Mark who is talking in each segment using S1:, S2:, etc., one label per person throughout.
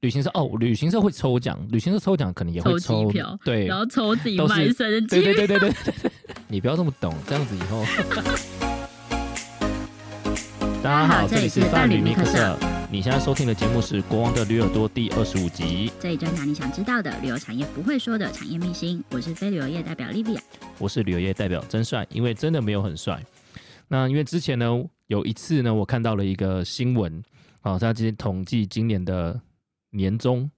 S1: 旅行社哦，旅行社会抽奖，旅行社抽奖可能也会
S2: 抽
S1: 抽
S2: 机票
S1: 对，
S2: 然后抽自己
S1: 都是
S2: 卖身的
S1: 对
S2: 机
S1: 对对对对对 对，你不要这么懂，这样子以 后。大家好，这里是伴侣密克社，你现在收听的节目是《国王的驴耳朵》第二十五集，
S2: 这一专访你想知道的旅游产业不会说的产业秘辛，我是非旅游业代表莉莉亚。
S1: 我是旅游业代表真帅，因为真的没有很帅。那因为之前呢，有一次呢，我看到了一个新闻，啊，他今天统计今年的年终，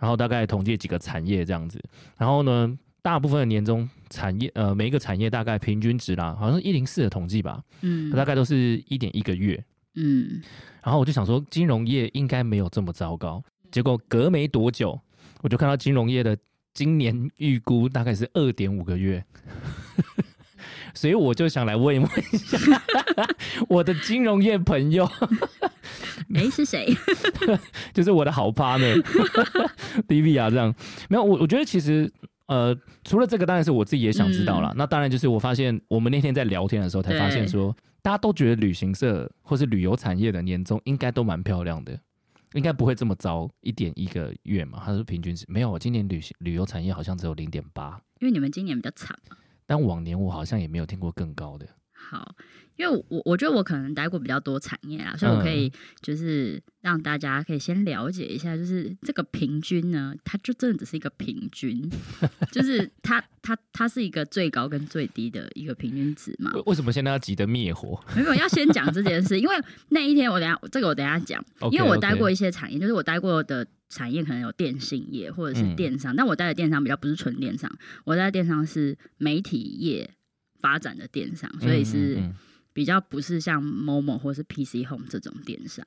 S1: 然后大概统计几个产业这样子，然后呢，大部分的年终产业，呃，每一个产业大概平均值啦，好像是一零四的统计吧，
S2: 嗯，
S1: 大概都是一点一个月。
S2: 嗯，
S1: 然后我就想说，金融业应该没有这么糟糕。结果隔没多久，我就看到金融业的今年预估大概是二点五个月， 所以我就想来问问一下 我的金融业朋友，
S2: 哎，是谁？
S1: 就是我的好 partner d v 啊，这样没有我，我觉得其实。呃，除了这个，当然是我自己也想知道啦。那当然就是我发现，我们那天在聊天的时候才发现
S2: 嗯对
S1: 说，大家都觉得旅行社或是旅游产业的年终应该都蛮漂亮的，应该不会这么糟，一点一个月嘛，它是平均值。没有，今年旅行旅游产业好像只有零点八，
S2: 因为你们今年比较惨嘛。
S1: 但往年我好像也没有听过更高的。
S2: 好，因为我我觉得我可能待过比较多产业啦，所以
S1: 嗯
S2: 我可以就是让大家可以先了解一下，就是这个平均呢，它就真的只是一个平 均，就是它它它是一个最高跟最低的一个平均值嘛。
S1: 为为什么现在要急得灭火
S2: 没有要先讲这件事，因为那一天我等一下这个我等一下讲。
S1: ？OK，
S2: 因为我待
S1: OK
S2: 过一些产业，就是我待过的产业可能有电信业或者是
S1: 嗯
S2: 电商，但我待的电商比较不是纯电商，我待的电商是媒体业发展的电商，所以是
S1: 嗯嗯嗯
S2: 比较不是像 Momo 或是 PC Home 这种电商。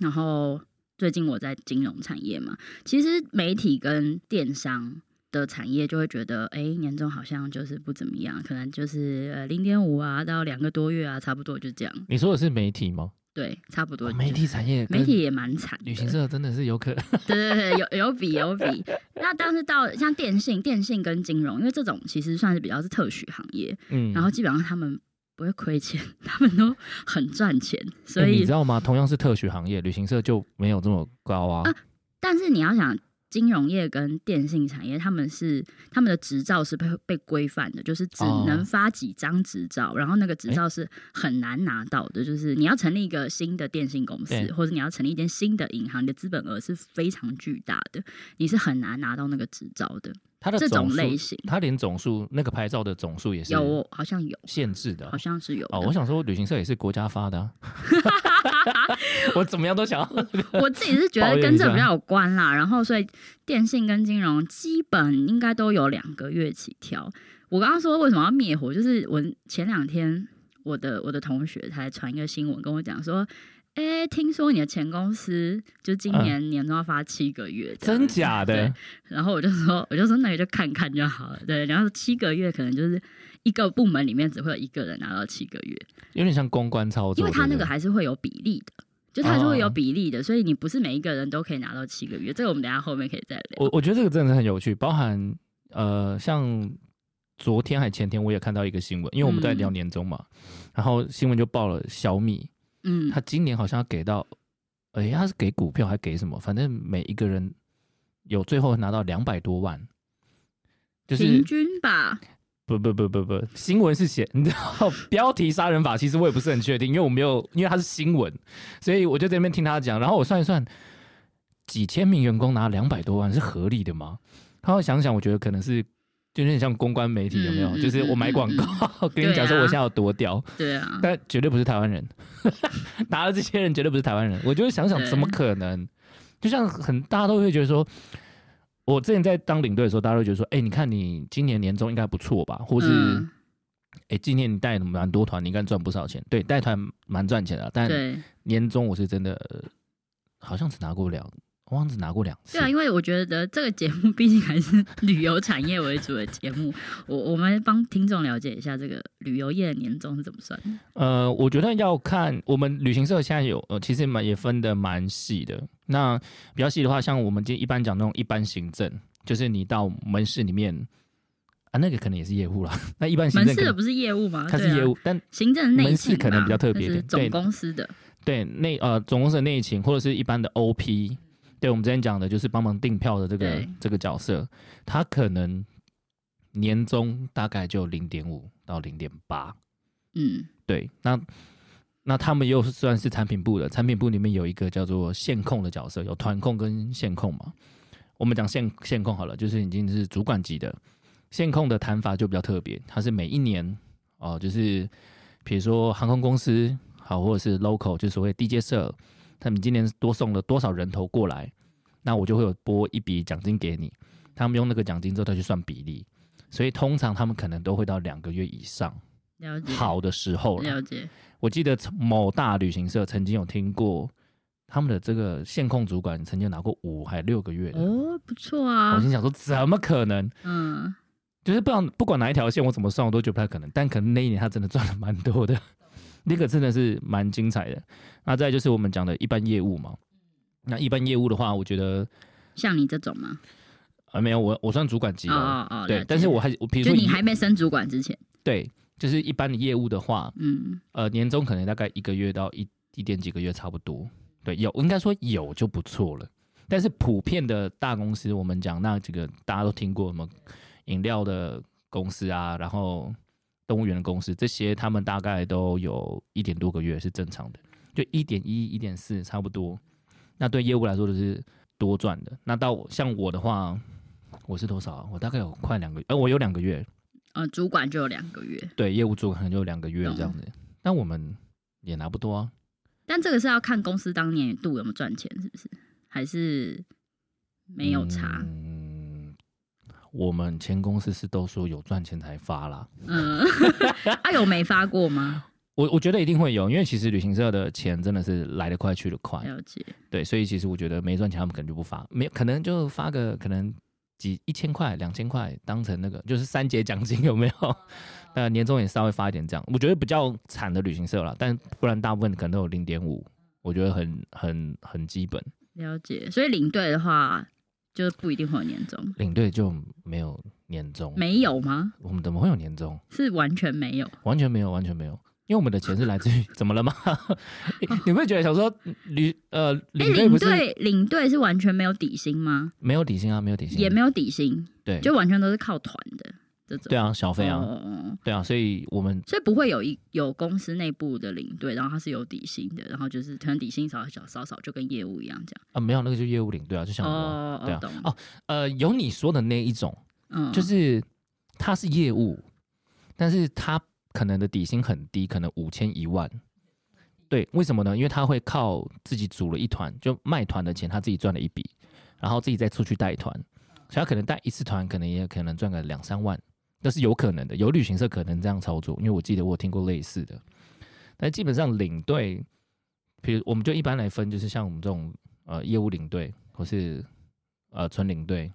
S2: 然后最近我在金融产业嘛，其实媒体跟电商。的产业就会觉得，哎、年终好像就是不怎么样，可能就是零点五啊到两个多月啊，差不多就这样，
S1: 你说的是媒体吗？
S2: 对，差不多
S1: 哦
S2: 就、
S1: 媒体产业，
S2: 媒体。也蛮惨的，
S1: 旅行社真的是有可
S2: 对对对，有有比有比。那但是到像电信、电信跟金融，因为这种其实算是比较是特许行业，
S1: 嗯
S2: 然后基本上他们不会亏钱，他们都很赚钱，所
S1: 欸
S2: 以、
S1: 你知道吗？同样是特许行业，旅行社就没有这么高啊。
S2: 啊但是你要想。金融业跟电信产业，他们是他们的执照是被被规范的，就是只
S1: 哦哎
S2: 能发几张执照，然后那个执照是很难拿到的。就是你要成立一个新的电信公司
S1: 对，
S2: 或者你要成立一间新的银行，你的资本额是非常巨大的，你是很难拿到那个执照的。
S1: 它的
S2: 这种
S1: 总数
S2: 类型
S1: 它连总数那个拍照的总数也是
S2: 有哦，好像有，
S1: 限制的啊
S2: 好。像是有的。
S1: 哦，我想说，旅行社也是国家发的、 啊，我怎么样都想要。
S2: 我自己是觉得跟这比较有关啦，然后所以电信跟金融基本应该都有两个月起跳。我刚刚说为什么要灭火，就是我前两天我的我的同学才传一个新闻跟我讲说，哎、听说你的前公司就今年年终要发七个月，这样
S1: 嗯真假的
S2: 对？然后我就说，我就说那个就看看就好了，对。然后七个月可能就是一个部门里面只会有一个人拿到七个月，
S1: 有点像公关操作，
S2: 因为它
S1: 对
S2: 那
S1: 不
S2: 个
S1: 对
S2: 还是会有比例的，就它还是会有
S1: 哦
S2: 比例的，所以你不是每一个人都可以拿到七个月。这个我们等一下后面可以再聊。
S1: 我我觉得这个真的是很有趣，包含呃，像昨天还前天我也看到一个新闻，因为我们在
S2: 嗯
S1: 聊年终嘛，然后新闻就报了小米，
S2: 嗯
S1: 他，今年好像要给到，哎、他是给股票还给什么？反正每一个人有最后拿到两百多万，就是
S2: 平均吧，
S1: 不不不不不，新闻是写， 你知道标题杀人法，其实我也不是很确定，因为我没有，因为它是新闻，所以我就在那边听他讲，然后我算一算，几千名员工拿两百多万是合理的吗？然后想想，我觉得可能是。就有点像公关媒体有没有？
S2: 嗯嗯
S1: 就是我买广告，跟你讲说
S2: 对啊
S1: 我现在有多屌，
S2: 对啊，
S1: 但绝对不是台湾人， 拿了这些人绝对不是台湾人。我就会想想，
S2: 对
S1: 怎么可能？就像很大家都会觉得说，我之前在当领队的时候，大家都觉得说，哎、你看你今年年终应该不错吧？或是，
S2: 嗯、
S1: 哎、今年你带了蛮多团，你应该赚不少钱。对，带团蛮赚钱的啊，但
S2: 对
S1: 年终我是真的、呃好像只拿过两，我好像只拿过两次。
S2: 对啊，因为我觉得这个节目毕竟还是旅游产业为主的节目， 我我们帮听众了解一下这个旅游业的年终是怎么算的。
S1: 呃，我觉得要看我们旅行社现在有呃，其实蛮也分的蛮细的。那比较细的话，像我们今天一般讲那种一般行政，就是你到门市里面啊，那个可能也是业务啦。 那一般行
S2: 门
S1: 政
S2: 市
S1: 可
S2: 的
S1: 能
S2: 不是业务吗？
S1: 它
S2: 对
S1: 是
S2: 啊
S1: 业务，但
S2: 行政内
S1: 门市
S2: 勤
S1: 可能
S2: 吧
S1: 比较特别一
S2: 那是
S1: 点对
S2: 总公司的，
S1: 对内呃总公司的内勤或者是一般的 OP，对我们之前讲的，就是帮忙订票的这个
S2: 对
S1: 这个角色，他可能年终大概就零点五到零点八，
S2: 嗯，
S1: 对，那那他们又是算是产品部的，产品部里面有一个叫做线控的角色，有团控跟线控嘛。我们讲线线控好了，就是已经是主管级的线控的谈法就比较特别，它是每一年哦、就是比如说航空公司好，或者是 local，就是所谓地接社，他们今年多送了多少人头过来，那我就会有拨一笔奖金给你，他们用那个奖金之后再去算比例，所以通常他们可能都会到两个月以上
S2: 了解，
S1: 好的时候了
S2: 了。解，
S1: 我记得某大旅行社曾经有听过他们的这个线控主管曾经拿过五还六个月的，
S2: 哦，不错
S1: 我
S2: 啊，
S1: 心想说怎么可能？
S2: 嗯，
S1: 就是不管不管哪一条线我怎么算，我都觉得不太可能。但可能那一年他真的赚了蛮多的， 那个真的是蛮精彩的。那再来就是我们讲的一般业务嘛，那一般业务的话，我觉得
S2: 像你这种吗？
S1: 啊没有我我算主管级
S2: 哦
S1: 的，
S2: 哦哦，了
S1: 对
S2: 解，
S1: 但是我还我比如
S2: 就
S1: 说
S2: 你
S1: 以
S2: 还没升主管之前，
S1: 对，就是一般的业务的话，
S2: 嗯，
S1: 呃，年终可能大概一个月到一一点几个月差不多。对，有应该说有就不错了。但是普遍的大公司，我们讲那这个大家都听过什么饮料的公司啊，然后动物园的公司，这些他们大概都有一点多个月是正常的，就一点一、一点四差不多。那对业务来说就是多赚的。那到我像我的话，我是多少啊？我大概有快两个，呃，我有两个月，
S2: 呃，主管就有两个月，
S1: 对业务做可能就两个月这样子。但我们也拿不多啊，
S2: 但这个是要看公司当年度有没有赚钱，是不是？还是没有差？
S1: 嗯，我们前公司是都说有赚钱才发啦。
S2: 嗯， 啊，有没发过吗？
S1: 我我觉得一定会有，因为其实旅行社的钱真的是来得快去得快，
S2: 了解，
S1: 对，所以其实我觉得没赚钱他们可能就不发，没可能就发个可能几一千块、两千块当成那个就是三节奖金有没
S2: 哦
S1: 有？呃，年终也稍微发一点这样，我觉得比较惨的旅行社啦，但不然大部分可能都有零点五，我觉得很很很基本。
S2: 了解。所以领队的话，就不一定会有年终，
S1: 领队就没有年终，
S2: 没有吗？
S1: 我们怎么会有年终？
S2: 是完全没有。
S1: 完全没有，完全没有，因为我们的钱是来自于怎么 了吗？你会觉得想说旅呃
S2: 哎、
S1: 领队
S2: 领
S1: 不是
S2: 队领队是完全没有底薪吗？
S1: 没有底薪啊，没有底薪，
S2: 也没有底薪，
S1: 对
S2: 就完全都是靠团的这种。
S1: 对啊，小费啊，
S2: 哦哦哦
S1: 对啊，所以我们
S2: 所以不会有一有公司内部的领队，然后他是有底薪的，然后就是可能底薪少少少少，就跟业务一样这样。
S1: 啊没有那个就业务领队啊，就像我、
S2: 哦
S1: 对
S2: 哦，
S1: 啊
S2: 懂，
S1: 哦呃有你说的那一种，
S2: 嗯，
S1: 就是他是业务，但是他可能的底薪很低，可能五千一万。对，为什么呢？因为他会靠自己组了一团，就卖团的钱他自己赚了一笔，然后自己再出去带团，所以他可能带一次团，可能也可能赚个两三万，那是有可能的。有旅行社可能这样操作，因为我记得我有听过类似的。但基本上领队，比如我们就一般来分，就是像我们这种呃业务领队或是呃纯领队，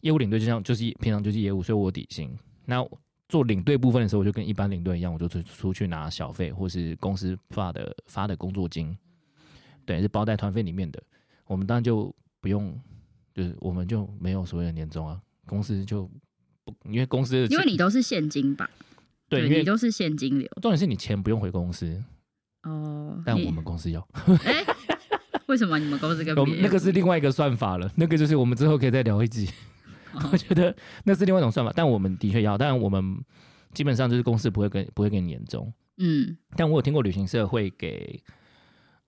S1: 业务领队就像就是平常就是业务，所以我有底薪。那做领队部分的时候，我就跟一般领队一样，我就出出去拿小费或是公司发的发的工作金，对，是包在团费里面的。我们当然就不用，就是我们就没有所谓的年终啊，公司就不因为公司的
S2: 因为你都是现金吧？
S1: 对，因
S2: 你
S1: 为
S2: 都是现金流
S1: 重点是你钱不用回公司，
S2: 哦。
S1: 但
S2: 你
S1: 我们公司要，
S2: 哎，为什么你们公司跟
S1: 我
S2: 别
S1: 们
S2: 人
S1: 那个是另外一个算法了，那个就是我们之后可以再聊一集。
S2: 哦
S1: 我觉得那是另外一种算法，但我们的确要，但我们基本上就是公司不会跟不会给你年终，
S2: 嗯
S1: 但我有听过旅行社会给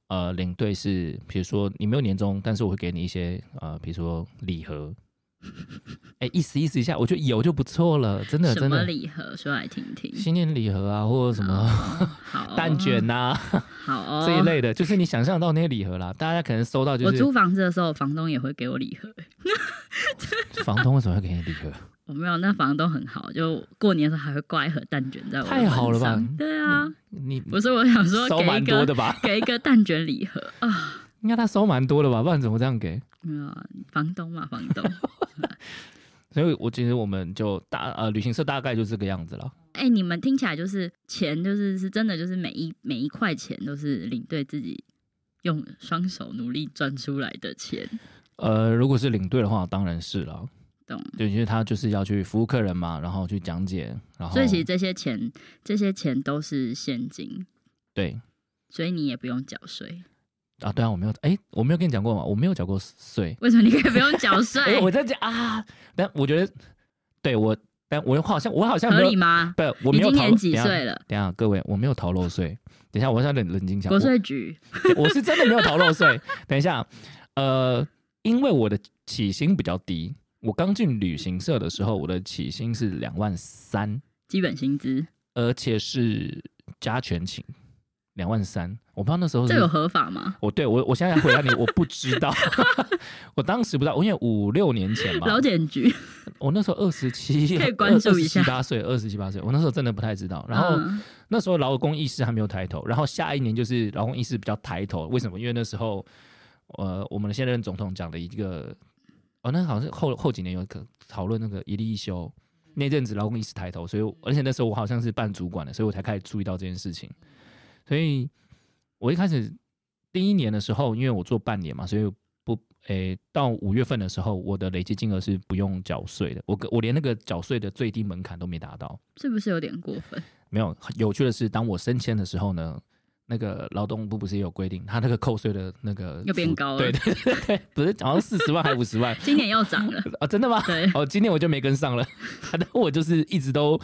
S1: 呃领队是，比如说你没有年终，但是我会给你一些呃，比如说礼 盒，哎、意思意思一下，我觉得有就不错了，真的
S2: 什
S1: 真
S2: 么
S1: 的，
S2: 礼盒说来听听？
S1: 新年礼盒啊，或者什么
S2: 好哦
S1: 蛋卷呐、
S2: 好哦
S1: 这一。类的，就是你想象到那些礼盒啦，大家可能收到就
S2: 我
S1: 是
S2: 租房子的时候，房东也会给我礼盒。
S1: 房东为什么会给你礼盒？
S2: 我没有，那房东很好，就过年的时候还会挂一盒蛋卷在我的
S1: 太好了吧
S2: 门上对啊，
S1: 你
S2: 不是我想说
S1: 收
S2: 给
S1: 蛮
S2: 一
S1: 多
S2: 个
S1: 的吧？
S2: 给一个蛋卷礼盒啊，
S1: 应该他收蛮多的吧，不然怎么这样给？
S2: 没有啊房东嘛，房 东。
S1: 所以我觉得我们就大呃旅行社大概就这个样子了。
S2: 哎、你们听起来就是钱，就是是真的，就是每一每一块钱都是领队自己用双手努力赚出来的钱，
S1: 呃，如果是领队的话，当然是了。
S2: 懂？
S1: 对，因为他就是要去服务客人嘛，然后去讲解，然后
S2: 所以其实这些钱，这些钱都是现金，
S1: 对
S2: 所以你也不用缴税。
S1: 啊，对啊，我没有，哎、我没有跟你讲过吗？我没有缴过税。
S2: 为什么你可以不用缴税？
S1: 哎、我在讲啊，但我觉得，对我，但我好像我好像
S2: 合
S1: 没有
S2: 理，吗？
S1: 不，我没
S2: 你
S1: 有
S2: 今
S1: 逃。
S2: 年几
S1: 等一下
S2: 岁了？
S1: 等一下，各位，我没有逃漏税。等一下，我要冷冷静一下。
S2: 国
S1: 我
S2: 税局
S1: 我是真的没有逃漏税。等一下，呃，因为我的起薪比较低，我刚进旅行社的时候，我的起薪是两万三，
S2: 基本薪资，
S1: 而且是加全勤，两万三。我不知道那时候
S2: 这有
S1: 是，
S2: 合法吗？
S1: 我对我我现在回答你，我不知道， 我当时不知道，因为五六年前嘛，
S2: 劳检局，
S1: 我那时候二十七，
S2: 可以关注一下
S1: 八岁，二十七八岁，我那时候真的不太知道。然后、
S2: 嗯
S1: 那时候劳工意识还没有抬头，然后下一年就是劳工意识比较抬头。为什么？因为那时候，呃，我们的现任总统讲了一个，哦，那好像是后后几年有可讨论那个一例一休，那阵子劳工意识抬头，所以我而且那时候我好像是办主管的，所以我才开始注意到这件事情。所以我一开始第一年的时候，因为我做半年嘛，所以不，诶、到五月份的时候，我的累计金额是不用缴税的，我我连那个缴税的最低门槛都没达到。
S2: 是不是有点过分？
S1: 没有，有趣的是，当我升迁的时候呢，那个劳动部不是也有规定，他那个扣税的那个
S2: 又变
S1: 幅
S2: 高了
S1: 对对对对，不是好像四十万还五十万
S2: 今年又涨了，
S1: 啊？真的吗？
S2: 对，
S1: 哦，今天我就没跟上了，反正我就是一直都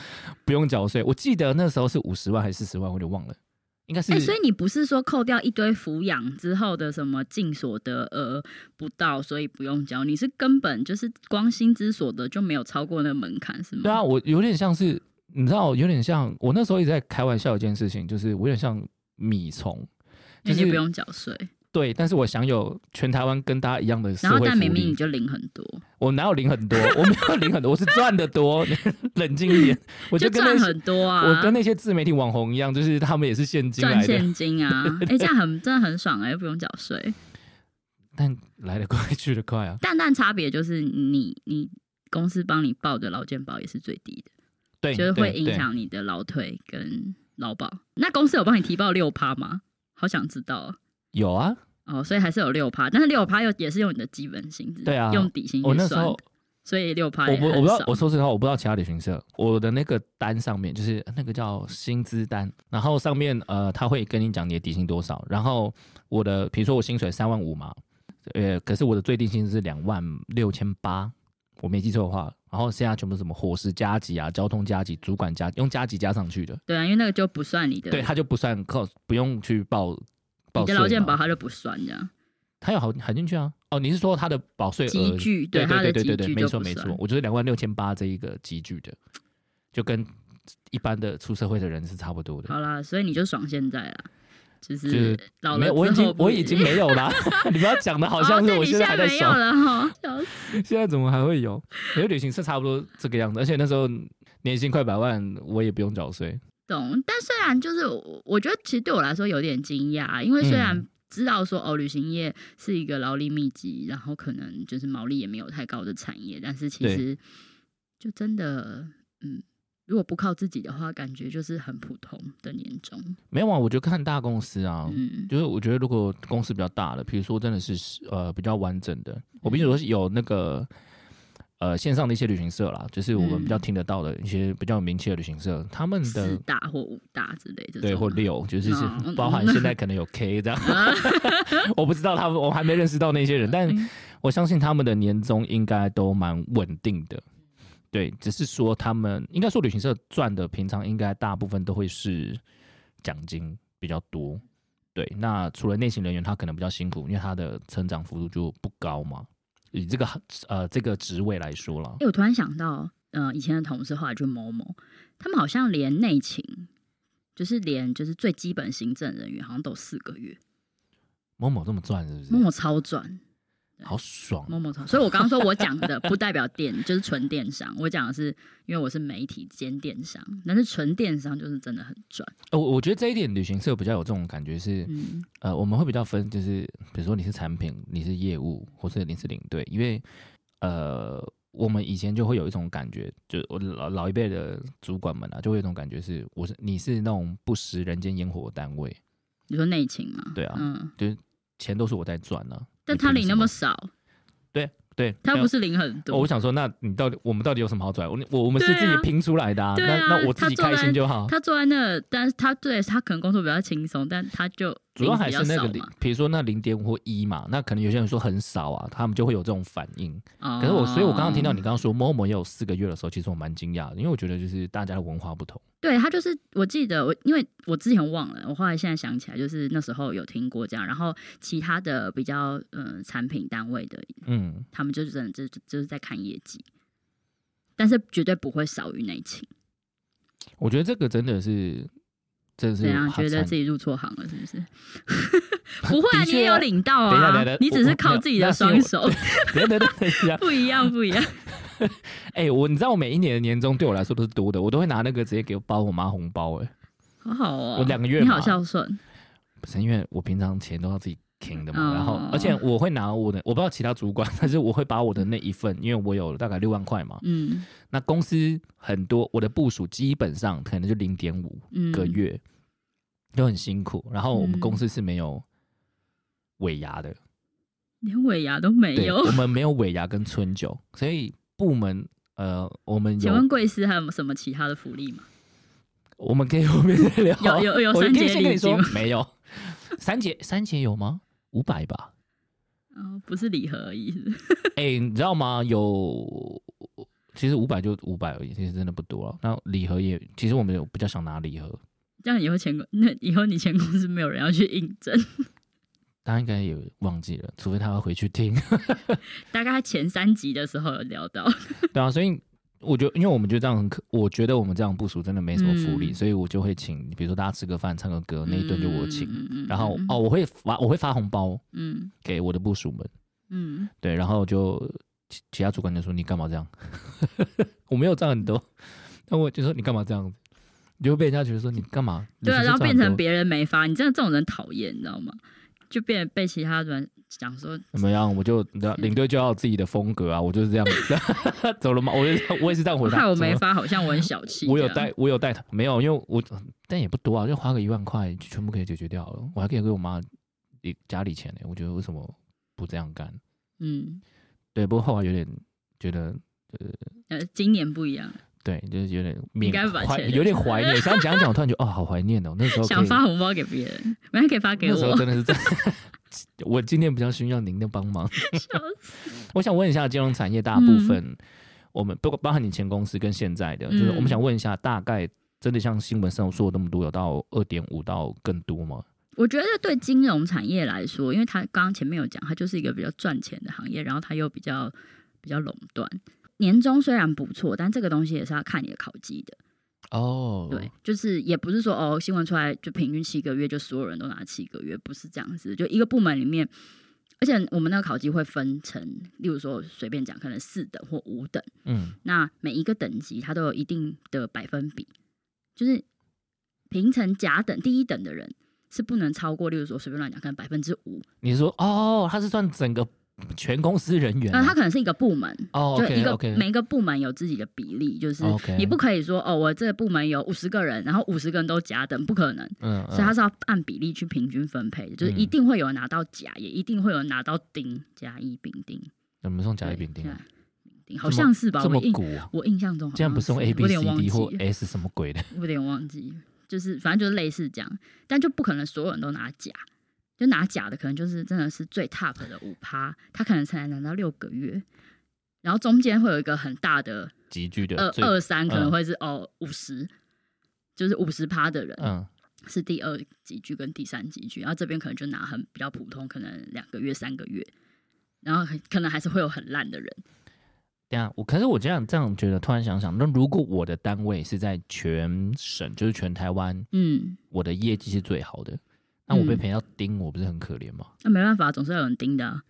S1: 不用缴税。我记得那时候是五十万还是四十万，我就忘了，应该是、
S2: 哎、所以你不是说扣掉一堆抚养之后的什么净所得额不到，所以不用交？你是根本就是光薪资所得就没有超过那个门槛，是吗？
S1: 对啊，，我有点像是，你知道，有点像我那时候一直在开玩笑一件事情，就是我有点像米虫，就
S2: 那你
S1: 是
S2: 不用缴税，
S1: 对，但是我享有全台湾跟大家一样的社
S2: 然
S1: 会福
S2: 后
S1: 利。
S2: 但明明你就领很多，
S1: 我哪有领 很多？我没有领很多，我是赚的多。 你冷静一点，我
S2: 就
S1: 跟那
S2: 赚
S1: 些、
S2: 很多啊，
S1: 我跟那些自媒体网红一样，就是他们也是现金
S2: 赚
S1: 来的，
S2: 现金啊，哎、这样很真的很爽哎、不用缴税。
S1: 但来得快去得快啊。
S2: 但但差别就是你你公司帮你报的劳健保也是最低的，
S1: 对，
S2: 就是会
S1: 对
S2: 影。响你的劳退跟劳保。那公司有帮你提报六趴吗？好想知道哦。
S1: 对有啊，
S2: 哦，所以还是有六趴，但是六趴又也是用你的基本薪资，
S1: 对啊
S2: 用底薪
S1: 我
S2: 去
S1: 那时
S2: 算
S1: 候
S2: 的，所以六趴
S1: 我
S2: 也
S1: 不我
S2: 很
S1: 不知道，
S2: 少
S1: 我说实话，我不知道其他旅行社，我的那个单上面就是那个叫薪资单，然后上面呃他会跟你讲你的底薪多少，然后我的比如说我薪水三万五嘛，呃可是我的最低薪资是两万六千八，我没记错的话，然后剩下全部是什么伙食加级啊、交通加级、主管加用加级加上去的，
S2: 对啊，因为那个就不算你的，
S1: 对，他就不算扣，不用去报报
S2: 你的
S1: 税
S2: 劳健
S1: 嘛
S2: 保它就不算这样，
S1: 他有含含进去啊。哦，你是说他的保税额
S2: 集聚
S1: 对
S2: 它
S1: 对
S2: 的
S1: 对对
S2: 集
S1: 对，
S2: 聚
S1: 没
S2: 就
S1: 错
S2: 不
S1: 没错
S2: 算，。
S1: 我觉得两万六千八这一个集聚的，就跟一般的出社会的人是差不多的。
S2: 好啦，所以你就爽现在啦，就
S1: 就是
S2: 是老
S1: 没
S2: 了
S1: 有，我已
S2: 之后
S1: 经
S2: 不
S1: 我
S2: 是
S1: 已经没有 啦。你不要讲的好像
S2: 哦
S1: 是
S2: 对
S1: 我
S2: 你
S1: 现
S2: 现
S1: 在还在
S2: 没有
S1: 爽，
S2: 了哈，笑死
S1: 现在怎么还会有？可是旅行社差不多这个样子，而且那时候年薪快百万，我也不用缴税。
S2: 懂。但虽然就是我，我觉得其实对我来说有点惊讶，因为虽然
S1: 嗯
S2: 知道说、哦，旅行业是一个劳力密集，然后可能就是毛利也没有太高的产业，但是其
S1: 对
S2: 实就真的嗯。如果不靠自己的话，感觉就是很普通的年终。
S1: 没有啊，我就看大公司啊，
S2: 嗯，
S1: 就是我觉得如果公司比较大的，比如说真的是呃比较完整的，我必须
S2: 嗯
S1: 说是有那个呃线上的一些旅行社啦，就是我们比较
S2: 嗯
S1: 听得到的一些比较有名气的旅行社，他们
S2: 四
S1: 的
S2: 大或五大之类的，
S1: 对或六，就是是
S2: 嗯
S1: 包含现在可能有 K 这 样， 我不知道他们，我还没认识到那些人，但
S2: 嗯
S1: 我相信他们的年终应该都蛮稳定的。对，只是说他们应该说旅行社赚的平常应该大部分都会是奖金比较多。对，那除了内勤人员，他可能比较辛苦，因为他的成长幅度就不高嘛。以这个呃这个职位来说啦
S2: 哎、，我突然想到，呃，以前的同事后来就某某，他们好像连内勤，就是连就是最基本行政人员，好像都有四个月，
S1: 某某这么赚是不是
S2: 某？某超赚，
S1: 好爽
S2: 某某超。所以我刚刚说我讲的不代表电，就是纯电商，我讲的是因为我是媒体兼电商，但是纯电商就是真的很赚。
S1: 呃，我我觉得这一点旅行社比较有这种感觉是，
S2: 嗯，
S1: 呃，我们会比较分，就是比如说你是产品，你是业务，或是你是领队，因为呃，我们以前就会有一种感觉，就我老老一辈的主管们啊，就会有一种感觉是，我是你是那种不食人间烟火的单位，
S2: 你说内勤嘛？
S1: 对啊
S2: 嗯，
S1: 钱都是我在赚呢、
S2: 但
S1: 你
S2: 他
S1: 凭
S2: 领
S1: 什
S2: 那
S1: 么
S2: 么少，
S1: 对，
S2: 他
S1: 没有
S2: 不是领很
S1: 哦我
S2: 多。
S1: 想说，那你到底我们到底有什么好拽？我我我们是
S2: 对
S1: 自己
S2: 啊
S1: 拼出来的、啊
S2: 对
S1: 那
S2: 啊
S1: 那我自
S2: 他
S1: 己
S2: 坐
S1: 开
S2: 在
S1: 心就好。
S2: 他坐在那，但是他对他可能工作比较轻松，但他就
S1: 主要还是那个
S2: 零
S1: 零，比如说那零点五或一嘛，那可能有些人说很少啊，他们就会有这种反应。可是我，所以我刚刚听
S2: 哦啊
S1: 到你刚刚说某某也有四个月的时候，其实我蛮惊讶的，因为我觉得就是大家的文化不同。
S2: 对他就是，我记得我因为我之前忘了，我后来现在想起来，就是那时候有听过这样，然后其他的比较嗯、呃产品单位的，
S1: 嗯，
S2: 他们就是真的就就就是在看业绩，但是绝对不会少于内勤。
S1: 我觉得这个真的是，真的是
S2: 怎样啊觉得
S1: 产
S2: 自己入错行了是不是？不会、
S1: 的
S2: 啊，你
S1: 确啊
S2: 也有领到
S1: 等一下
S2: 啊
S1: 等一下，
S2: 你只
S1: 我
S2: 是
S1: 我没
S2: 靠
S1: 有
S2: 自己的
S1: 那是因为
S2: 双
S1: 我啊
S2: 手，
S1: 等等等等一下，
S2: 不一样不一样。
S1: 哎、我你知道我每一年的年终对我来说都是多的，我都会拿那个直接给我包我妈红包、哎，
S2: 好好哦，
S1: 我两个月
S2: 你好
S1: 嘛
S2: 孝顺，
S1: 不是因为我平常钱都要自己扛的嘛，
S2: 哦
S1: 然后而且我会拿我的，我不知道其他主管，但是我会把我的那一份，因为我有大概六万块嘛，
S2: 嗯
S1: 那公司很多我的部署基本上可能就零点五
S2: 嗯，
S1: 个月，都很辛苦，然后我们
S2: 嗯
S1: 公司是没有尾牙的，
S2: 连尾牙都没
S1: 对，
S2: 有
S1: 我。们没有尾牙跟春酒，所以部门呃，我们
S2: 请
S1: 有
S2: 问贵司还有什么其他的福利吗？
S1: 我们可以后 面再聊。
S2: 有有有
S1: 哦我可
S2: 三
S1: 以
S2: 节
S1: 先跟
S2: 礼
S1: 你
S2: 金
S1: 说
S2: 吗
S1: 没有。三节三节有吗？五百吧。
S2: 哦，不是礼盒而已，是不是
S1: 哎、你知道吗？有，其实五百就五百而已，其实真的不多了。那礼盒也，其实我们有比较想拿礼盒，
S2: 这样以后前公那以后你前公司没有人要去应征，
S1: 大家应该也忘记了，除非他会回去听。
S2: 大概前三集的时候有聊到，
S1: 对啊，所以我觉得，因为我们就这样很可，我觉得我们这样部署真的没什么福利，
S2: 嗯
S1: 所以我就会请，比如说大家吃个饭、唱个歌，那一顿就我请。
S2: 嗯，嗯
S1: 然后哦，，我会发我会发红包
S2: 嗯
S1: 给我的部署们。
S2: 嗯
S1: 对，然后就其其他主管就说你干嘛这样？ 我没有赚很多，但我就说你干嘛这样子？你就会被人家觉得说你干嘛？
S2: 嗯，对啊，
S1: 你是
S2: 然
S1: 不
S2: 后
S1: 是赚
S2: 变
S1: 很
S2: 成
S1: 多
S2: 别人没发，你真的这种人讨厌，你知道吗？就变被其他人讲说，
S1: 怎么样？我就你知道领队就要有自己的风格啊，我就是这样子， 走了吗？我就这样我也是这样回
S2: 害
S1: 答。
S2: 我
S1: 走了
S2: 没
S1: 吗
S2: 发，好像我很小气。
S1: 我有
S2: 这样，
S1: 带，我有带他，没有，因为我但也不多啊，就花个一万块就全部可以解决掉了。我还可以给我妈一家里钱呢、我觉得为什么不这样干？
S2: 嗯，
S1: 对，不过后来有点觉得
S2: 呃，今年不一样，
S1: 对，就是有点
S2: 应该
S1: 缅
S2: 把
S1: 怀，
S2: 钱
S1: 有点 怀念。现在讲一讲，我突然觉得哦，好怀念哦，那时候可
S2: 想
S1: 以，
S2: 发红包给别人，没人可以发给
S1: 那时候
S2: 我，
S1: 真的 是在。我今天比较需要您的帮忙。
S2: 笑死
S1: 我想问一下，金融产业大部
S2: 嗯
S1: 分，我们不包含你前公司跟现在的，就是我们
S2: 嗯
S1: 想问一下，大概真的像新闻上说的那么多，有到二点五到更多吗？
S2: 我觉得对金融产业来说，因为它刚刚前面有讲，它就是一个比较赚钱的行业，然后它又比较比较垄断。年终虽然不错，但这个东西也是要看你的考绩的。
S1: 哦，
S2: 对，就是也不是说哦，新闻出来就平均七个月，就所有人都拿七个月，不是这样子。就一个部门里面，而且我们那个考绩会分成，例如说随便讲，可能四等或五等。
S1: 嗯，
S2: 那每一个等级它都有一定的百分比，就是平成甲等第一等的人是不能超过，例如说随便乱讲，可能百分之五，
S1: 你说哦，他是算整个全公司人员、
S2: 那它
S1: 啊，
S2: 嗯可能是一个部门。
S1: 哦
S2: 就一
S1: ，OK
S2: 个
S1: OK，
S2: 每一个部门有自己的比例，就是
S1: ，OK，
S2: 你不可以说哦，我这个部门有五十个人，然后五十个人都甲等，不可能，
S1: 嗯，
S2: 所以它是要按比例去平均分配的，就是
S1: 嗯
S2: 一定会有人拿到甲，也一定会有人拿到丁，甲乙丙丁，
S1: 我们送甲乙
S2: 对
S1: 丙丁
S2: 甲
S1: 啊，
S2: 乙丙丁好像是吧？
S1: 这么
S2: 我印
S1: 古啊，
S2: 我印象中好像
S1: 竟然不是用 A
S2: 我
S1: B
S2: 嗯有
S1: C
S2: 点忘
S1: D
S2: 记
S1: 或
S2: 了
S1: S 什么鬼的？
S2: 我有点忘记，就是反正就是类似这样，但就不可能所有人都拿甲，就拿甲的可能就是真的是最 top 的五趴，他可能才能拿到六个月，然后中间会有一个很大的
S1: 集聚的
S2: 二
S1: 最
S2: 呃二三，可能会是、哦五十。就是五十趴的人
S1: 嗯
S2: 是第二级距跟第三级距，然后这边可能就拿很比较普通，可能两个月、三个月，然后可能还是会有很烂的人。
S1: 等一下，我可是我这样这样觉得，突然想想，那如果我的单位是在全省，就是全台湾，
S2: 嗯，
S1: 我的业绩是最好的，那我被
S2: 嗯
S1: 赔到丁，我不是很可怜吗？
S2: 那、没办法，总是要有人盯的啊、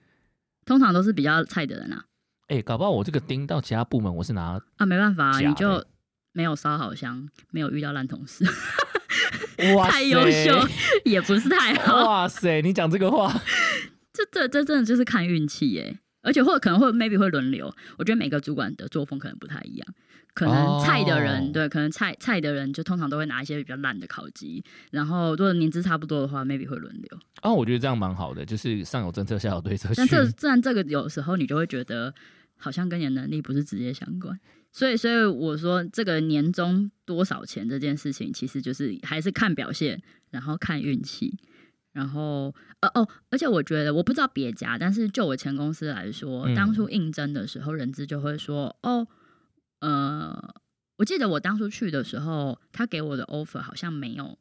S2: 通常都是比较菜的人啊。
S1: 哎、搞不好我这个丁到其他部门，我是 拿
S2: 啊，没办法啊，
S1: 假
S2: 你就
S1: 的
S2: 没有烧好香，没有遇到烂同事，
S1: 哇
S2: 太优
S1: 塞
S2: 秀也不是太好，
S1: 哇塞，你讲这个话，
S2: 这这这真的就是看运气耶。而且或可能会 maybe 会轮流，我觉得每个主管的作风可能不太一样，可能
S1: 哦
S2: 菜的人、对，可能菜菜的人就通常都会拿一些比较烂的烤鸡，然后如果年资差不多的话，maybe 会轮流。
S1: 哦，我觉得这样蛮好的，就是上有政策，下有对策。
S2: 但这自然这个有时候你就会觉得好像跟你的能力不是直接相关，所以所以我说这个年终多少钱这件事情，其实就是还是看表现，然后看运气，然后，呃哦，而且我觉得我不知道别家，但是就我前公司来说，
S1: 嗯
S2: 当初应征的时候，人资就会说，哦，呃，我记得我当初去的时候，他给我的 offer 好像没有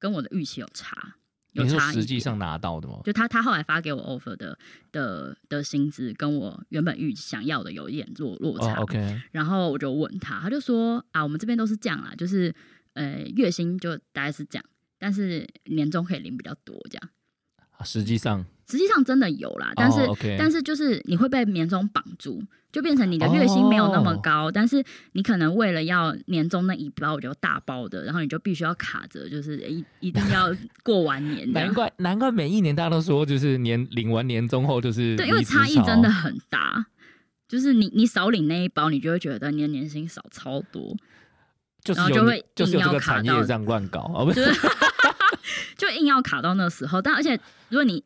S2: 跟我的预期有差，有
S1: 你是说
S2: 差一
S1: 实际
S2: 点
S1: 上拿到的吗？
S2: 就他他后来发给我 offer 的的的薪资跟我原本预想要的有一点落落
S1: 哦
S2: 差。
S1: ，OK，
S2: 然后我就问他，他就说啊，我们这边都是这样啦，就是呃月薪就大概是这样，但是年终可以领比较多这样。
S1: 啊实际上，
S2: 实际上真的有啦，但是、
S1: 哦，OK
S2: 但是就是你会被年终绑住，就变成你的月薪没有那
S1: 哦
S2: 么高，但是你可能为了要年终那一包就大包的，然后你就必须要卡着，就是一一定要过完年这
S1: 难
S2: 样。
S1: 怪难怪每一年大家都说，就是年领完年终后就是
S2: 对，因为
S1: 离职
S2: 差异真的
S1: 潮
S2: 很大，就是你你少领那一包，你就会觉得你的年薪少超多，
S1: 就是
S2: 然后
S1: 有
S2: 就
S1: 你
S2: 会
S1: 就是有
S2: 硬
S1: 这
S2: 要
S1: 个
S2: 卡
S1: 产业
S2: 到
S1: 这样乱搞啊，不是
S2: 就是就硬要卡到那时候。但而且如果你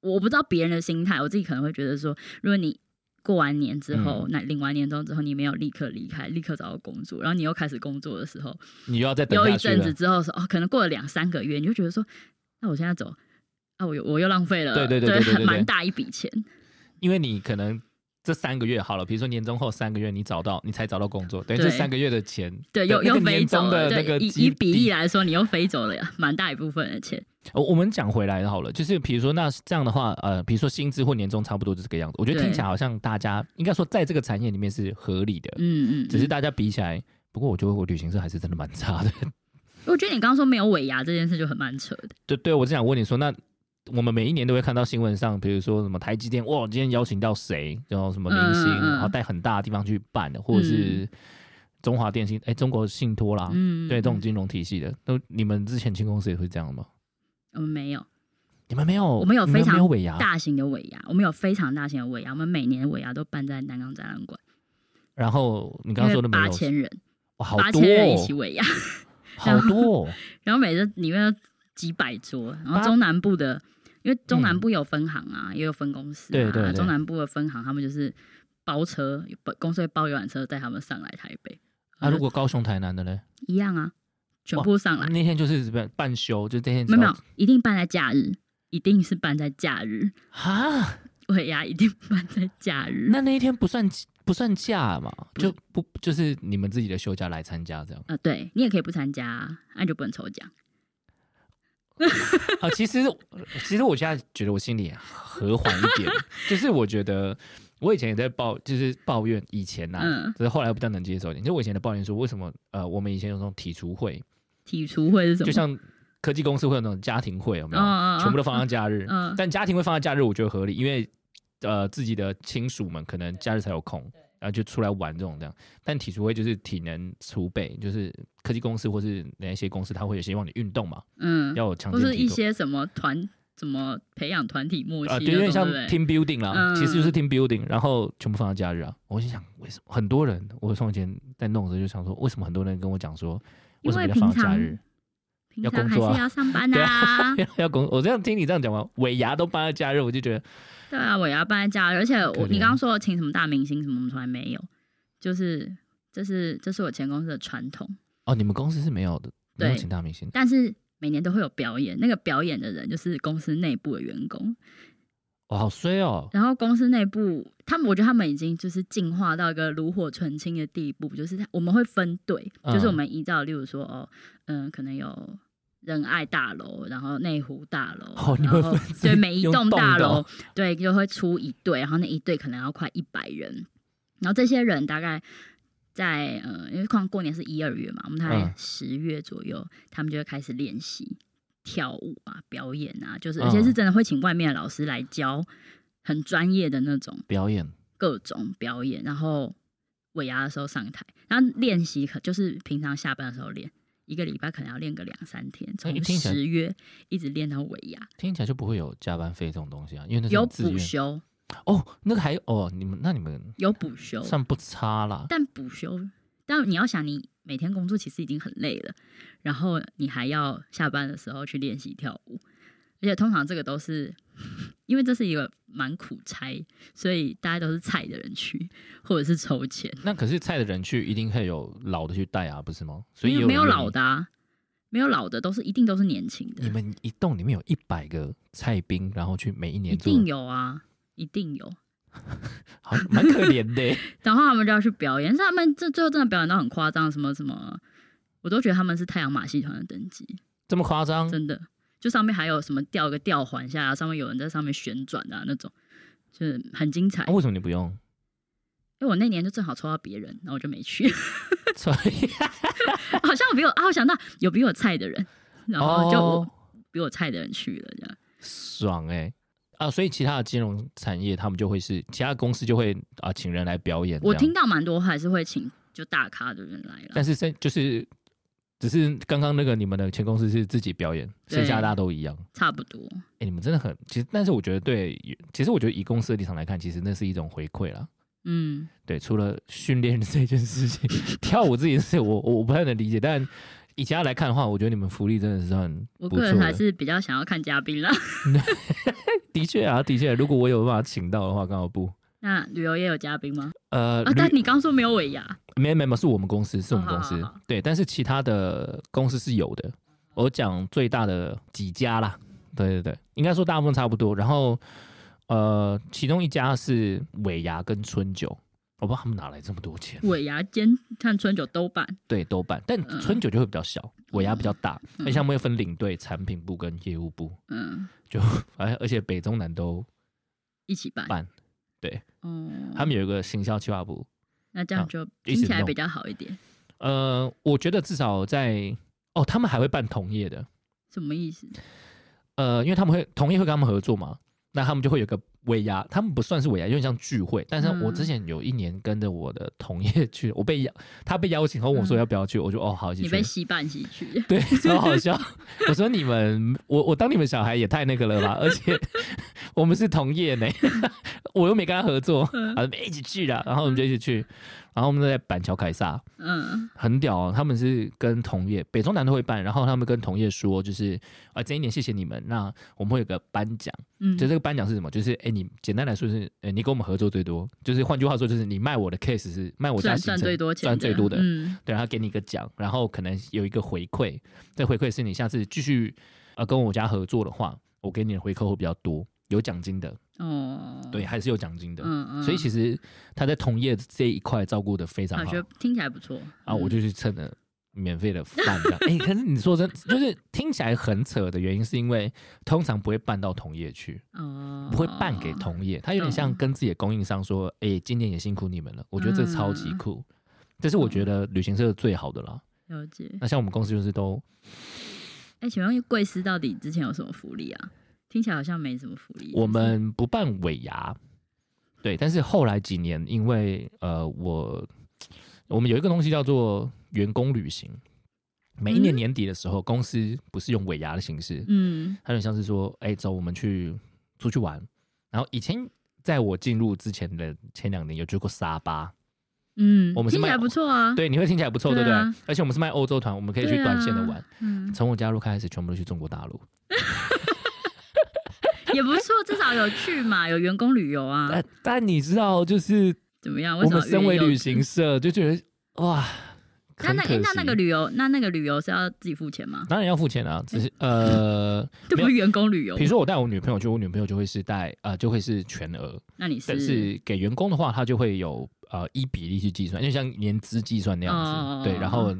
S2: 我不知道别人的心态，我自己可能会觉得说，如果你过完年之
S1: 嗯
S2: 后，那、领完年终之后，你没有立刻离开，立刻找到工作，然后你又开始工作的时候，
S1: 你又要再等
S2: 又
S1: 下
S2: 一
S1: 去
S2: 阵子
S1: 了。
S2: 之后说，哦，可能过了两三个月，你就觉得说，那我现在走。啊，我又我又浪费了，
S1: 对对对对对对对
S2: 蛮大一笔钱。
S1: 因为你可能这三个月好了，比如说年终后三个月你找到，你才找到工作，等于这
S2: 对
S1: 三个月的钱，
S2: 对，
S1: 的
S2: 又
S1: 那
S2: 又
S1: 个
S2: 飞
S1: 年
S2: 走
S1: 终
S2: 了，
S1: 的那
S2: 对，
S1: 个
S2: 以
S1: 基
S2: 以比
S1: 地
S2: 例来说，你又飞走了蛮大一部分的钱。
S1: 我我们讲回来好了，就是比如说那这样的话，呃，比如说薪资或年终差不多就是这个样子，我觉得
S2: 对
S1: 听起来好像大家应该说在这个产业里面是合理的，
S2: 嗯嗯，
S1: 只是
S2: 嗯
S1: 大家比起来，不过我觉得我旅行社还是真的蛮差的。
S2: 我觉得你刚刚说没有尾牙这件事就很蛮扯的。
S1: 对对，我只想问你说，那我们每一年都会看到新闻上，比如说什么台积电，哇，今天邀请到谁，然后什么明星，
S2: 嗯嗯嗯
S1: 然后带很大的地方去办的，或者是中华电信，哎、中国信托啦，
S2: 嗯，
S1: 对，这种
S2: 嗯
S1: 金融体系的，都你们之前进公司也会这样吗？
S2: 我们没有
S1: 你们没有，
S2: 我们有
S1: 你们
S2: 非常
S1: 没有尾牙，
S2: 大型的尾牙，我们有非常大型的尾牙，我们每年尾牙都办在南港展览馆，
S1: 然后你
S2: 因
S1: 刚刚说
S2: 为
S1: 的没
S2: 八
S1: 有，
S2: 千人，
S1: 哇，好
S2: 八
S1: 多、
S2: 千人一起
S1: 哦，
S2: 尾牙，
S1: 好多、哦，
S2: 然后每次里面有几百桌，然后
S1: 八
S2: 中南部的，因为中南
S1: 嗯
S2: 部有分行啊，也有分公司、啊，
S1: 对对对
S2: 中南部的分行他们就是包车，公司会包游览车带他们上来台北，
S1: 那、如果
S2: 嗯
S1: 高雄、台南的呢？
S2: 一样啊，全部上来，
S1: 那天就是什么半休，就这天
S2: 没有没有，一定办在假日，一定是办在假日，
S1: 哈，
S2: 尾牙一定办在假日，
S1: 那那一天不算不算假嘛？
S2: 不
S1: 就不就是你们自己的休假来参加这 样
S2: 啊，对你也可以不参加、啊，那、你就不能抽奖。
S1: 啊？其实其实我现在觉得我心里和缓一 点，就是我觉得我以前也在抱，就是抱怨以前呐、啊
S2: 嗯
S1: 只是后来比较能接受一点。就我以前的抱怨说，为什么呃我们以前有那种体除会，
S2: 体除会是什么？
S1: 就像科技公司会有那种家庭会，有没有？
S2: 嗯嗯嗯
S1: 全部都放在假日，
S2: 嗯
S1: 但家庭会放在假日，我觉得合理，因为呃自己的亲属们可能假日才有空，然后就出来玩这种这样。但体除会就是体能储备，就是科技公司或是哪一些公司，它会有些让你运动嘛，
S2: 嗯，
S1: 要有强
S2: 或
S1: 健
S2: 是
S1: 体
S2: 一
S1: 魄。
S2: 些什么团，怎么培养团体默契
S1: 啊、
S2: 那
S1: 对，
S2: 种，
S1: 有点像
S2: 对不对
S1: team building 啦，
S2: 嗯
S1: 其实就是 team building，然后全部放在假日啊。我心想，为什么很多人？我从以前在弄的时候就想说，为什么很多人跟我讲说，为
S2: 因
S1: 什么
S2: 为
S1: 要
S2: 平
S1: 放假
S2: 常
S1: 日？
S2: 平
S1: 要
S2: 常
S1: 工
S2: 还
S1: 作啊
S2: 是要上班
S1: 对
S2: 啊，
S1: 要工，我这样听你这样讲完，尾牙都放在假日，我就觉得
S2: 对啊，我也要搬在家，而且
S1: 可
S2: 我
S1: 怜
S2: 你刚刚说请什么大明星什么，我们从来没有，就是这是这是我前公司的传统，
S1: 哦，你们公司是没有的，没有
S2: 对
S1: 请大明星
S2: 但是每年都会有表演，那个表演的人就是公司内部的员工，
S1: 哇，好衰哦。
S2: 然后公司内部，他们我觉得他们已经就是进化到一个炉火纯青的地步，就是他我们会分队，
S1: 嗯
S2: 就是我们依照，例如说哦，嗯、可能有仁爱大楼，然后内湖大楼，
S1: 哦你
S2: 然
S1: 们
S2: 后
S1: 分
S2: 对
S1: 是
S2: 每一
S1: 用
S2: 栋
S1: 动
S2: 大
S1: 的
S2: 楼
S1: 哦，
S2: 对就会出一队，然后那一队可能要快一百人，然后这些人大概。在呃，因为刚过年是一二月嘛，我们大
S1: 嗯
S2: 概十月左右，他们就会开始练习跳舞啊、表演啊，就是
S1: 嗯
S2: 而且是真的会请外面的老师来教，很专业的那种
S1: 表演
S2: 各种表演，然后尾牙的时候上台，然后练习可就是平常下班的时候练，一个礼拜可能要练个两三天，
S1: 那哎你
S2: 从
S1: 听起来
S2: 十月一直练到尾牙，
S1: 听起来就不会有加班费这种东西啊，因为那是
S2: 有
S1: 你自
S2: 补
S1: 愿
S2: 休，
S1: 哦，那个还哦，你们那你们
S2: 有补休，
S1: 算不差啦，
S2: 但补休，但你要想，你每天工作其实已经很累了，然后你还要下班的时候去练习跳舞，而且通常这个都是因为这是一个蛮苦差，所以大家都是菜的人去，或者是筹钱，
S1: 那可是菜的人去一定会有老的去带啊，不是吗？所以
S2: 因
S1: 也
S2: 为没有
S1: 人
S2: 老的、啊，没有老的，都是一定都是年轻的
S1: 你，们一栋里面有一百个菜兵，然后去每一年
S2: 一
S1: 做，
S2: 定有啊，一定有。
S1: 好蛮可怜 的耶。
S2: 然后他们就要去表演，但他们这最后真的表演到很夸张，什么什么，我都觉得他们是太阳马戏团的等级，
S1: 这么夸张？
S2: 真的。就上面还有什么吊个吊环下来，上面有人在上面旋转啊那种，就是很精彩。
S1: 啊为什么你不用？
S2: 因为我那年就正好抽到别人，然后我就没去，
S1: 所以
S2: 好像有比我啊，我想到有比我菜的人，然后就我
S1: 哦
S2: 比我菜的人去了，这样
S1: 爽哎、啊，所以其他的金融产业他们就会是其他公司就会啊请人来表演。
S2: 我听，到蛮多还是会请就大咖的人来了
S1: 但。是这就是只是刚刚那个你们的前公司是自己表演，
S2: 对
S1: 剩下大家都一样。
S2: 差不多，
S1: 哎、你们真的很其实，但是我觉得对，其实我觉得以公司的立场来看，其实那是一种回馈啦。
S2: 嗯，
S1: 对，除了训练这件事情， 跳舞这件事情我我我不太能理解，但以其他来看的话，我觉得你们福利真的是很
S2: 我
S1: 不错
S2: 个人还
S1: 的。
S2: 是比较想要看嘉宾啦。
S1: 的确啊，的确，如果我有办法请到的话，刚好不。
S2: 那旅游业有嘉宾吗？
S1: 呃，
S2: 啊，
S1: 旅
S2: 但你刚说没有尾牙，
S1: 没没没，是我们公司，是我们
S2: 哦
S1: 公
S2: 好
S1: 司。
S2: 好好
S1: 对，但是其他的公司是有的。我讲最大的几家啦，对对对，应该说大部分差不多。然后呃，其中一家是尾牙跟春酒，我不知道他们哪来这么多钱，
S2: 尾牙兼看春酒都办，
S1: 对，都办。但
S2: 嗯
S1: 春酒就会比较小，尾牙比较大，而
S2: 嗯
S1: 且他们会分领队、产品部跟业务部，
S2: 嗯，
S1: 反正而且北中南都，
S2: 一起办。
S1: 办对，
S2: 哦，
S1: 他们有一个行销企划部。
S2: 那这样
S1: 啊
S2: 就
S1: 一
S2: 听
S1: 起
S2: 起来
S1: 弄
S2: 比较好一点。
S1: 呃，我觉得至少在哦，他们还会办同业的，
S2: 什么意思？
S1: 呃，因为他们会同业会跟他们合作嘛，那他们就会有个尾牙，他们不算是尾牙，有点像聚会。但是
S2: 嗯
S1: 我之前有一年跟着我的同业去，我被邀，他被邀请，然后问我说要不要去，我就哦好一起
S2: 嗯你被
S1: 去。？
S2: 吸办吸去
S1: 对，超好笑。 我说你们，我我当你们小孩也太那个了吧，而且我们是同业呢， 我又没跟他合作，
S2: 嗯
S1: 啊，我们一起去啦，然后我们就一起去，然后我们就在板桥凯撒，
S2: 嗯，
S1: 很屌、哦，他们是跟同业北中南都会办，然后他们跟同业说，就是啊、这一年谢谢你们，那我们会有个颁奖，
S2: 嗯，
S1: 就这个颁奖是什么？就是哎、你简单来说是，哎、你跟我们合作最多，就是换句话说就是你卖我的 case 是卖我家
S2: 赚
S1: 行
S2: 赚
S1: 程
S2: 最多钱，
S1: 赚最多的，
S2: 嗯，
S1: 对，然后给你一个奖，然后可能有一个回馈，这回馈是你下次继续呃跟我家合作的话，我给你的回扣会比较多，有奖金的，
S2: 哦，
S1: 对，，还是有奖金的，
S2: 嗯嗯，
S1: 所以其实他在同业这一块照顾的非常
S2: 啊
S1: 好，
S2: 我觉得听起来不错
S1: 啊，我
S2: 嗯
S1: 就去蹭了免费的饭这样。哎、可是你说真，就是听起来很扯的原因，是因为通常不会办到同业去，
S2: 哦
S1: 不会办给同业，他有点像
S2: 嗯
S1: 跟自己的供应商说：“哎、今年也辛苦你们了。”我觉得这超级
S2: 嗯哦
S1: 酷，这是我觉得旅行社最好的啦。
S2: 了解。
S1: 那像我们公司就是都
S2: 哎，请问贵司到底之前有什么福利啊？听起来好像没什么福利。
S1: 我们不办尾牙，对，但是后来几年因为呃我我们有一个东西叫做员工旅行。每一年
S2: 嗯
S1: 年底的时候，公司不是用尾牙的形式，
S2: 嗯
S1: 他有点像是说，哎、走，我们去出去玩。然后以前在我进入之前的前两年有去过沙巴，
S2: 嗯，
S1: 我们是
S2: 听起
S1: 卖哦
S2: 来不错啊，
S1: 对，你会听起来不错，对
S2: 对
S1: 不对
S2: 啊？
S1: 而且我们是卖欧洲团，我们可以
S2: 对啊，
S1: 去短线的玩。
S2: 嗯，
S1: 从我加入开始，全部都去中国大陆。
S2: 也不错，至少有去嘛，有员工旅 游啊，
S1: 但但你知道，就是
S2: 怎么
S1: 哎
S2: 样？
S1: 我
S2: 什
S1: 们
S2: 么
S1: 身为旅行社，就觉得哇，
S2: 那
S1: 很
S2: 那
S1: 可
S2: 诶
S1: 惜。
S2: 那那个旅游，那那个旅游是要自己付钱吗？
S1: 当然要付钱啊，只是 呃，
S2: 这不是员工旅游
S1: 比如，说我带我女朋友去，我女朋友就会是带呃，就会是全额。
S2: 那你
S1: 但是给员工的话，他就会有呃一比例去计算，就像年资计算那样子。
S2: 哦
S1: 对，然后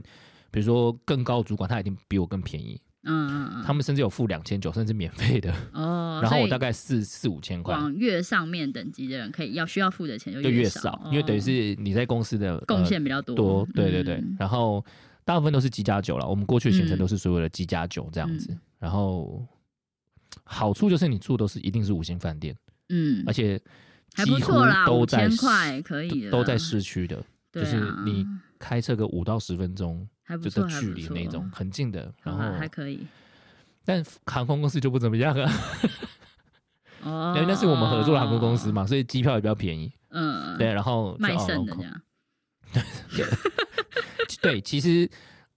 S1: 比如说更高主管，他一定比我更便宜，
S2: 嗯嗯
S1: 他们甚至有付两千九，甚至免费的。
S2: 嗯 哦，
S1: 然后
S2: 所
S1: 我
S2: 以
S1: 大概四四五千块，
S2: 往越上面等级的人，可以要需要付的钱就
S1: 就越
S2: 少，
S1: 少
S2: 哦，
S1: 因为等于是你在公司的呃
S2: 贡献比较多。
S1: 多。对对对，
S2: 嗯
S1: 然后大部分都是机加酒了，我们过去的行程
S2: 嗯
S1: 都是所有的机加酒这样子。
S2: 嗯
S1: 然后好处就是你住都是一定是五星饭店，
S2: 嗯
S1: 而，且
S2: 还
S1: 啊几
S2: 不
S1: 乎
S2: 错啦，
S1: 都
S2: 五
S1: 在
S2: 千
S1: 市
S2: 块可以的，
S1: 都在，市区的。
S2: 对啊
S1: 就是你开车个五到十分钟
S2: 还不
S1: 就
S2: 错，
S1: 的
S2: 还
S1: 距
S2: 不
S1: 离
S2: 错
S1: 那种，，很近的。然
S2: 好
S1: 后
S2: 吧，还可以。
S1: 但航空公司就不怎么样啊，
S2: 哦
S1: 因为，那是我们合作的航空公司，嘛，所以机票也比较便宜。
S2: 嗯，
S1: 对，，然后就
S2: 卖
S1: 哦
S2: 肾
S1: 然
S2: 的
S1: 后
S2: 这样，
S1: 对，其实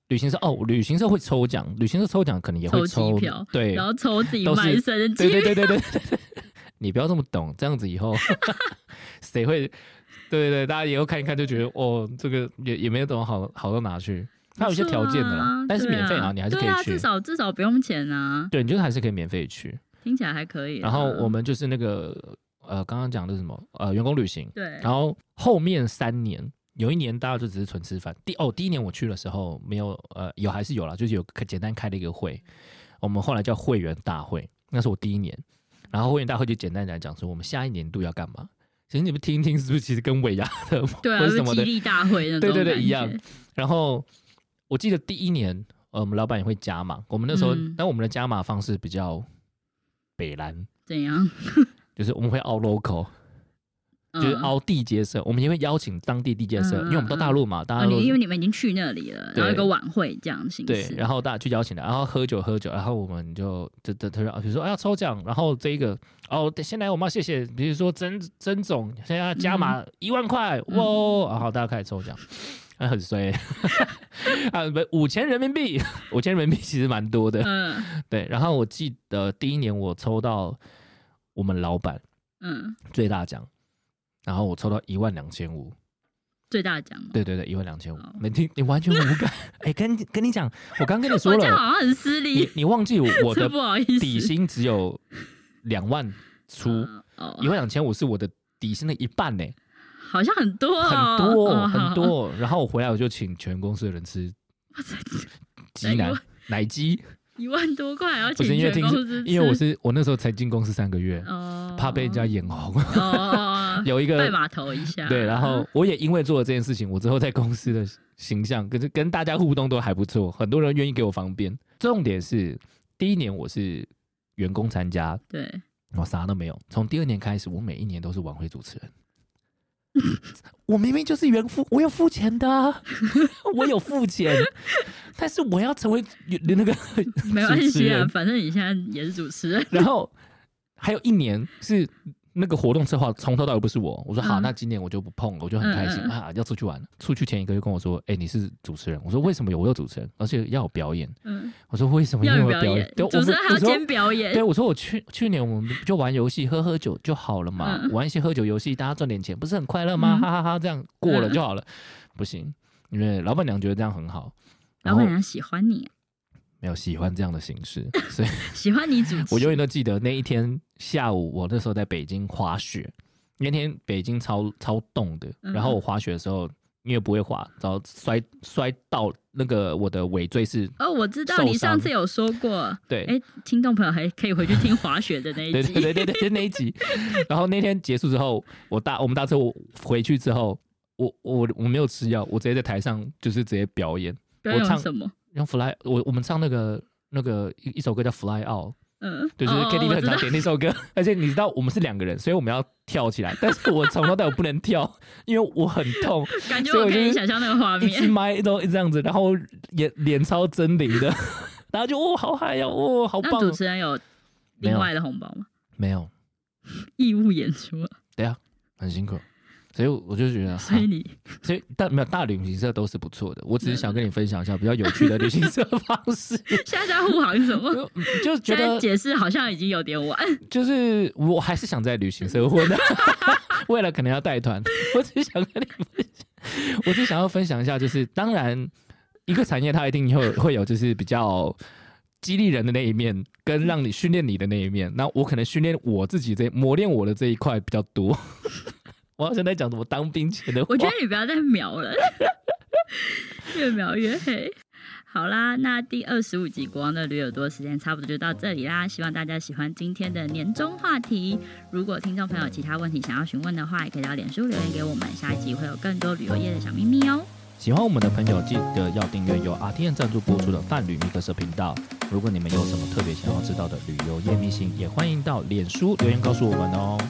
S1: 旅行社哦，旅行社会抽奖，旅行社抽奖可能也会
S2: 抽
S1: 抽
S2: 机票
S1: 对
S2: 然后抽自己
S1: 都是
S2: 卖肾的
S1: 对
S2: 机
S1: 对对对对，对你不要这么懂，这样子以 后谁会？对对对，大家以后看一看就觉得哦，这个也也没有怎么好好到哪去。它有一些条件的啦，
S2: 不错啊
S1: 但是免费
S2: 对
S1: 啊，你还是可以
S2: 对啊，
S1: 去
S2: 至。少至少不用钱啊，
S1: 对，你就还是可以免费去。
S2: 听起来还可以啦。
S1: 然后我们就是那个呃，刚刚讲的是什么呃，员工旅行。
S2: 对，
S1: 然后后面三年，有一年大家就只是纯吃饭。第哦，第一年我去的时候没有呃，有还是有啦，就是有开简单开了一个会，我们后来叫会员大会，那是我第一年。然后会员大会就简单来讲说，我们下一年度要干嘛。其实你们听一听，是不是其实跟尾牙的
S2: 对啊，
S1: 或
S2: 就
S1: 什
S2: 是是
S1: 么
S2: 激
S1: 的
S2: 励大会那种
S1: 对对对
S2: 感
S1: 一样
S2: 觉
S1: 然后我记得第一年，呃，我们老板也会加码。我们那时候，
S2: 嗯
S1: 但我们的加码方式比较北蓝，
S2: 怎样？
S1: 就是我们会 out local，、就是
S2: 嗯
S1: out 地接社，我们也会邀请当地地接社，
S2: 嗯
S1: 因为我们到大陆嘛，大
S2: 哦，
S1: 家都、
S2: 你因为你们已经去那里了，然后
S1: 对
S2: 有个晚会这样的形
S1: 对，
S2: 式，
S1: 然后大家去邀请的，然后喝酒喝酒，然后我们就这这他说，比如说啊要抽奖，然后这一个哦，对现在我们要谢谢，比如说曾曾总现在要加码一万块，
S2: 嗯
S1: 哇、哦，然后大家开始抽奖。啊、很衰 啊！不，五千人民币，五千人民币其实蛮多的。
S2: 嗯
S1: 对，然后我记得第一年我抽到我们老板
S2: 嗯，
S1: 最大奖，然后我抽到一万两千五，
S2: 最大奖嘛。
S1: 对对对，一万两千五
S2: 哦，
S1: 没听你完全无感。哎、跟跟你讲，我刚跟你说
S2: 我这样
S1: 了，
S2: 好像很失
S1: 你
S2: 礼，
S1: 你忘 记我我
S2: 真
S1: 的
S2: 不好意思。
S1: 底薪只有两万出，
S2: 嗯哦
S1: 一，万两千五是我的底薪的一半呢、
S2: 好像很多哦，
S1: 很多、
S2: 哦
S1: 很。多。然后我回来我就请全公司的人吃鸡
S2: 哎
S1: 奶
S2: 呦
S1: 奶鸡，
S2: 一万多块，而
S1: 不
S2: 且
S1: 是因为听
S2: 全公司吃，
S1: 因为我是我那时候才进公司三个月，
S2: 哦
S1: 怕被人家眼红。
S2: 哦哦哦
S1: 有一个
S2: 拜码头一下，
S1: 对，然后我也因为做了这件事情，我之后在公司的形象 跟跟大家互动都还不错，很多人愿意给我方便。重点是第一年我是员工参加，
S2: 对，
S1: 我啥都没有。从第二年开始，我每一年都是晚会主持人。 我明明就是原付，我有付钱的啊、 我有付钱， 但是我要成为那个
S2: 没关
S1: 主持
S2: 系啊
S1: 人，
S2: 反正你现在也是主持人，
S1: 然后还有一年是那个活动策划从头到尾不是我，我说好，
S2: 嗯
S1: 那今年我就不碰了，我就很开心、
S2: 嗯嗯嗯
S1: 啊，要出去玩。出去前一个就跟我说，哎、你是主持人，我说为什么有我有主持人，而且要有表演，
S2: 嗯，
S1: 我说为什么
S2: 要
S1: 因
S2: 有
S1: 为我
S2: 表演，
S1: 对，
S2: 主持人还
S1: 我
S2: 要
S1: 说
S2: 兼表演
S1: 对，，我说我去去年我们就玩游戏，喝喝酒就好了嘛，
S2: 嗯
S1: 玩一些喝酒游戏，大家赚点钱，不是很快乐吗？
S2: 嗯
S1: 哈哈哈这样过了
S2: 嗯
S1: 就好了。不行，因为老板娘觉得这样很好，然
S2: 老
S1: 后
S2: 板娘喜欢你，
S1: 没有喜欢这样的形式，所以
S2: 喜欢你主持，
S1: 我永远都记得那一天下午，我那时候在北京滑雪，那天北京超超冻的，
S2: 嗯
S1: 然后我滑雪的时候，因为不会滑，然后摔摔到那个我的尾椎是，
S2: 哦，我知道
S1: 受
S2: 你上
S1: 伤
S2: 次有说过，
S1: 对，
S2: 哎，听众朋友还可以回去听滑雪的那一
S1: 对
S2: 集，
S1: 对对对对，就是那一 集。然后那天结束之后，我搭我们搭车我回去之后，我我我没有吃药，我直接在台上就是直接表演，
S2: 表
S1: 我
S2: 演
S1: 唱
S2: 什么？
S1: 用 fly 我我们唱那个那个一一首歌叫 Fly Out，
S2: 嗯，
S1: 对，就是
S2: 哦
S1: KTV
S2: 我
S1: 很
S2: 知道
S1: 常点那首歌。 而且你知道我们是两个人，所以我们要跳起 来，但是我从头到尾不能跳，因为我很痛，
S2: 感觉
S1: 所以
S2: 我
S1: 我
S2: 可
S1: 就
S2: 以
S1: 是
S2: 想象那个画
S1: 一只
S2: 面。
S1: 麦都这样子，然后脸脸超狰狞 的，然后就哦好嗨呀、哦好
S2: 那
S1: 棒、
S2: 主
S1: 哦，
S2: 持人有
S1: 没有
S2: 另外的红包吗？
S1: 没有
S2: 义务 演出，
S1: 很辛苦，所以我就觉得。啊
S2: 所以你
S1: 所以但没有大旅行社都是不错的，我只是想跟你分享一下比较有趣的旅行社方 式，
S2: 现在在护航什么？
S1: 就就觉
S2: 现在
S1: 得
S2: 解释好像已经有点晚。
S1: 就是我还是想在旅行社 混的，为了可能要带团， 我只是想跟你分享，我只是想要分享一下，就是当然一个产业它一定会有会有就是比较。激励人的那一面，跟让你训练你的那一面，那我可能训练我自己这磨练我的这一块比较多。 我好像在讲什么当兵前的话，
S2: 我觉得你不要再瞄了， 越描越黑。好啦，那第二十五集《国王的驴耳朵》时间差不多就到这里啦。希望大家喜欢今天的年终话题。如果听众朋友有其他问题想要询问的话，也可以到脸书留言给我们。下一集会有更多旅游业的小秘密哦。
S1: 喜欢我们的朋友，记得要订阅由 RTN 赞助播出的泛旅密克社频道。如果你们有什么特别想要知道的旅游业秘辛，也欢迎到脸书留言告诉我们哦。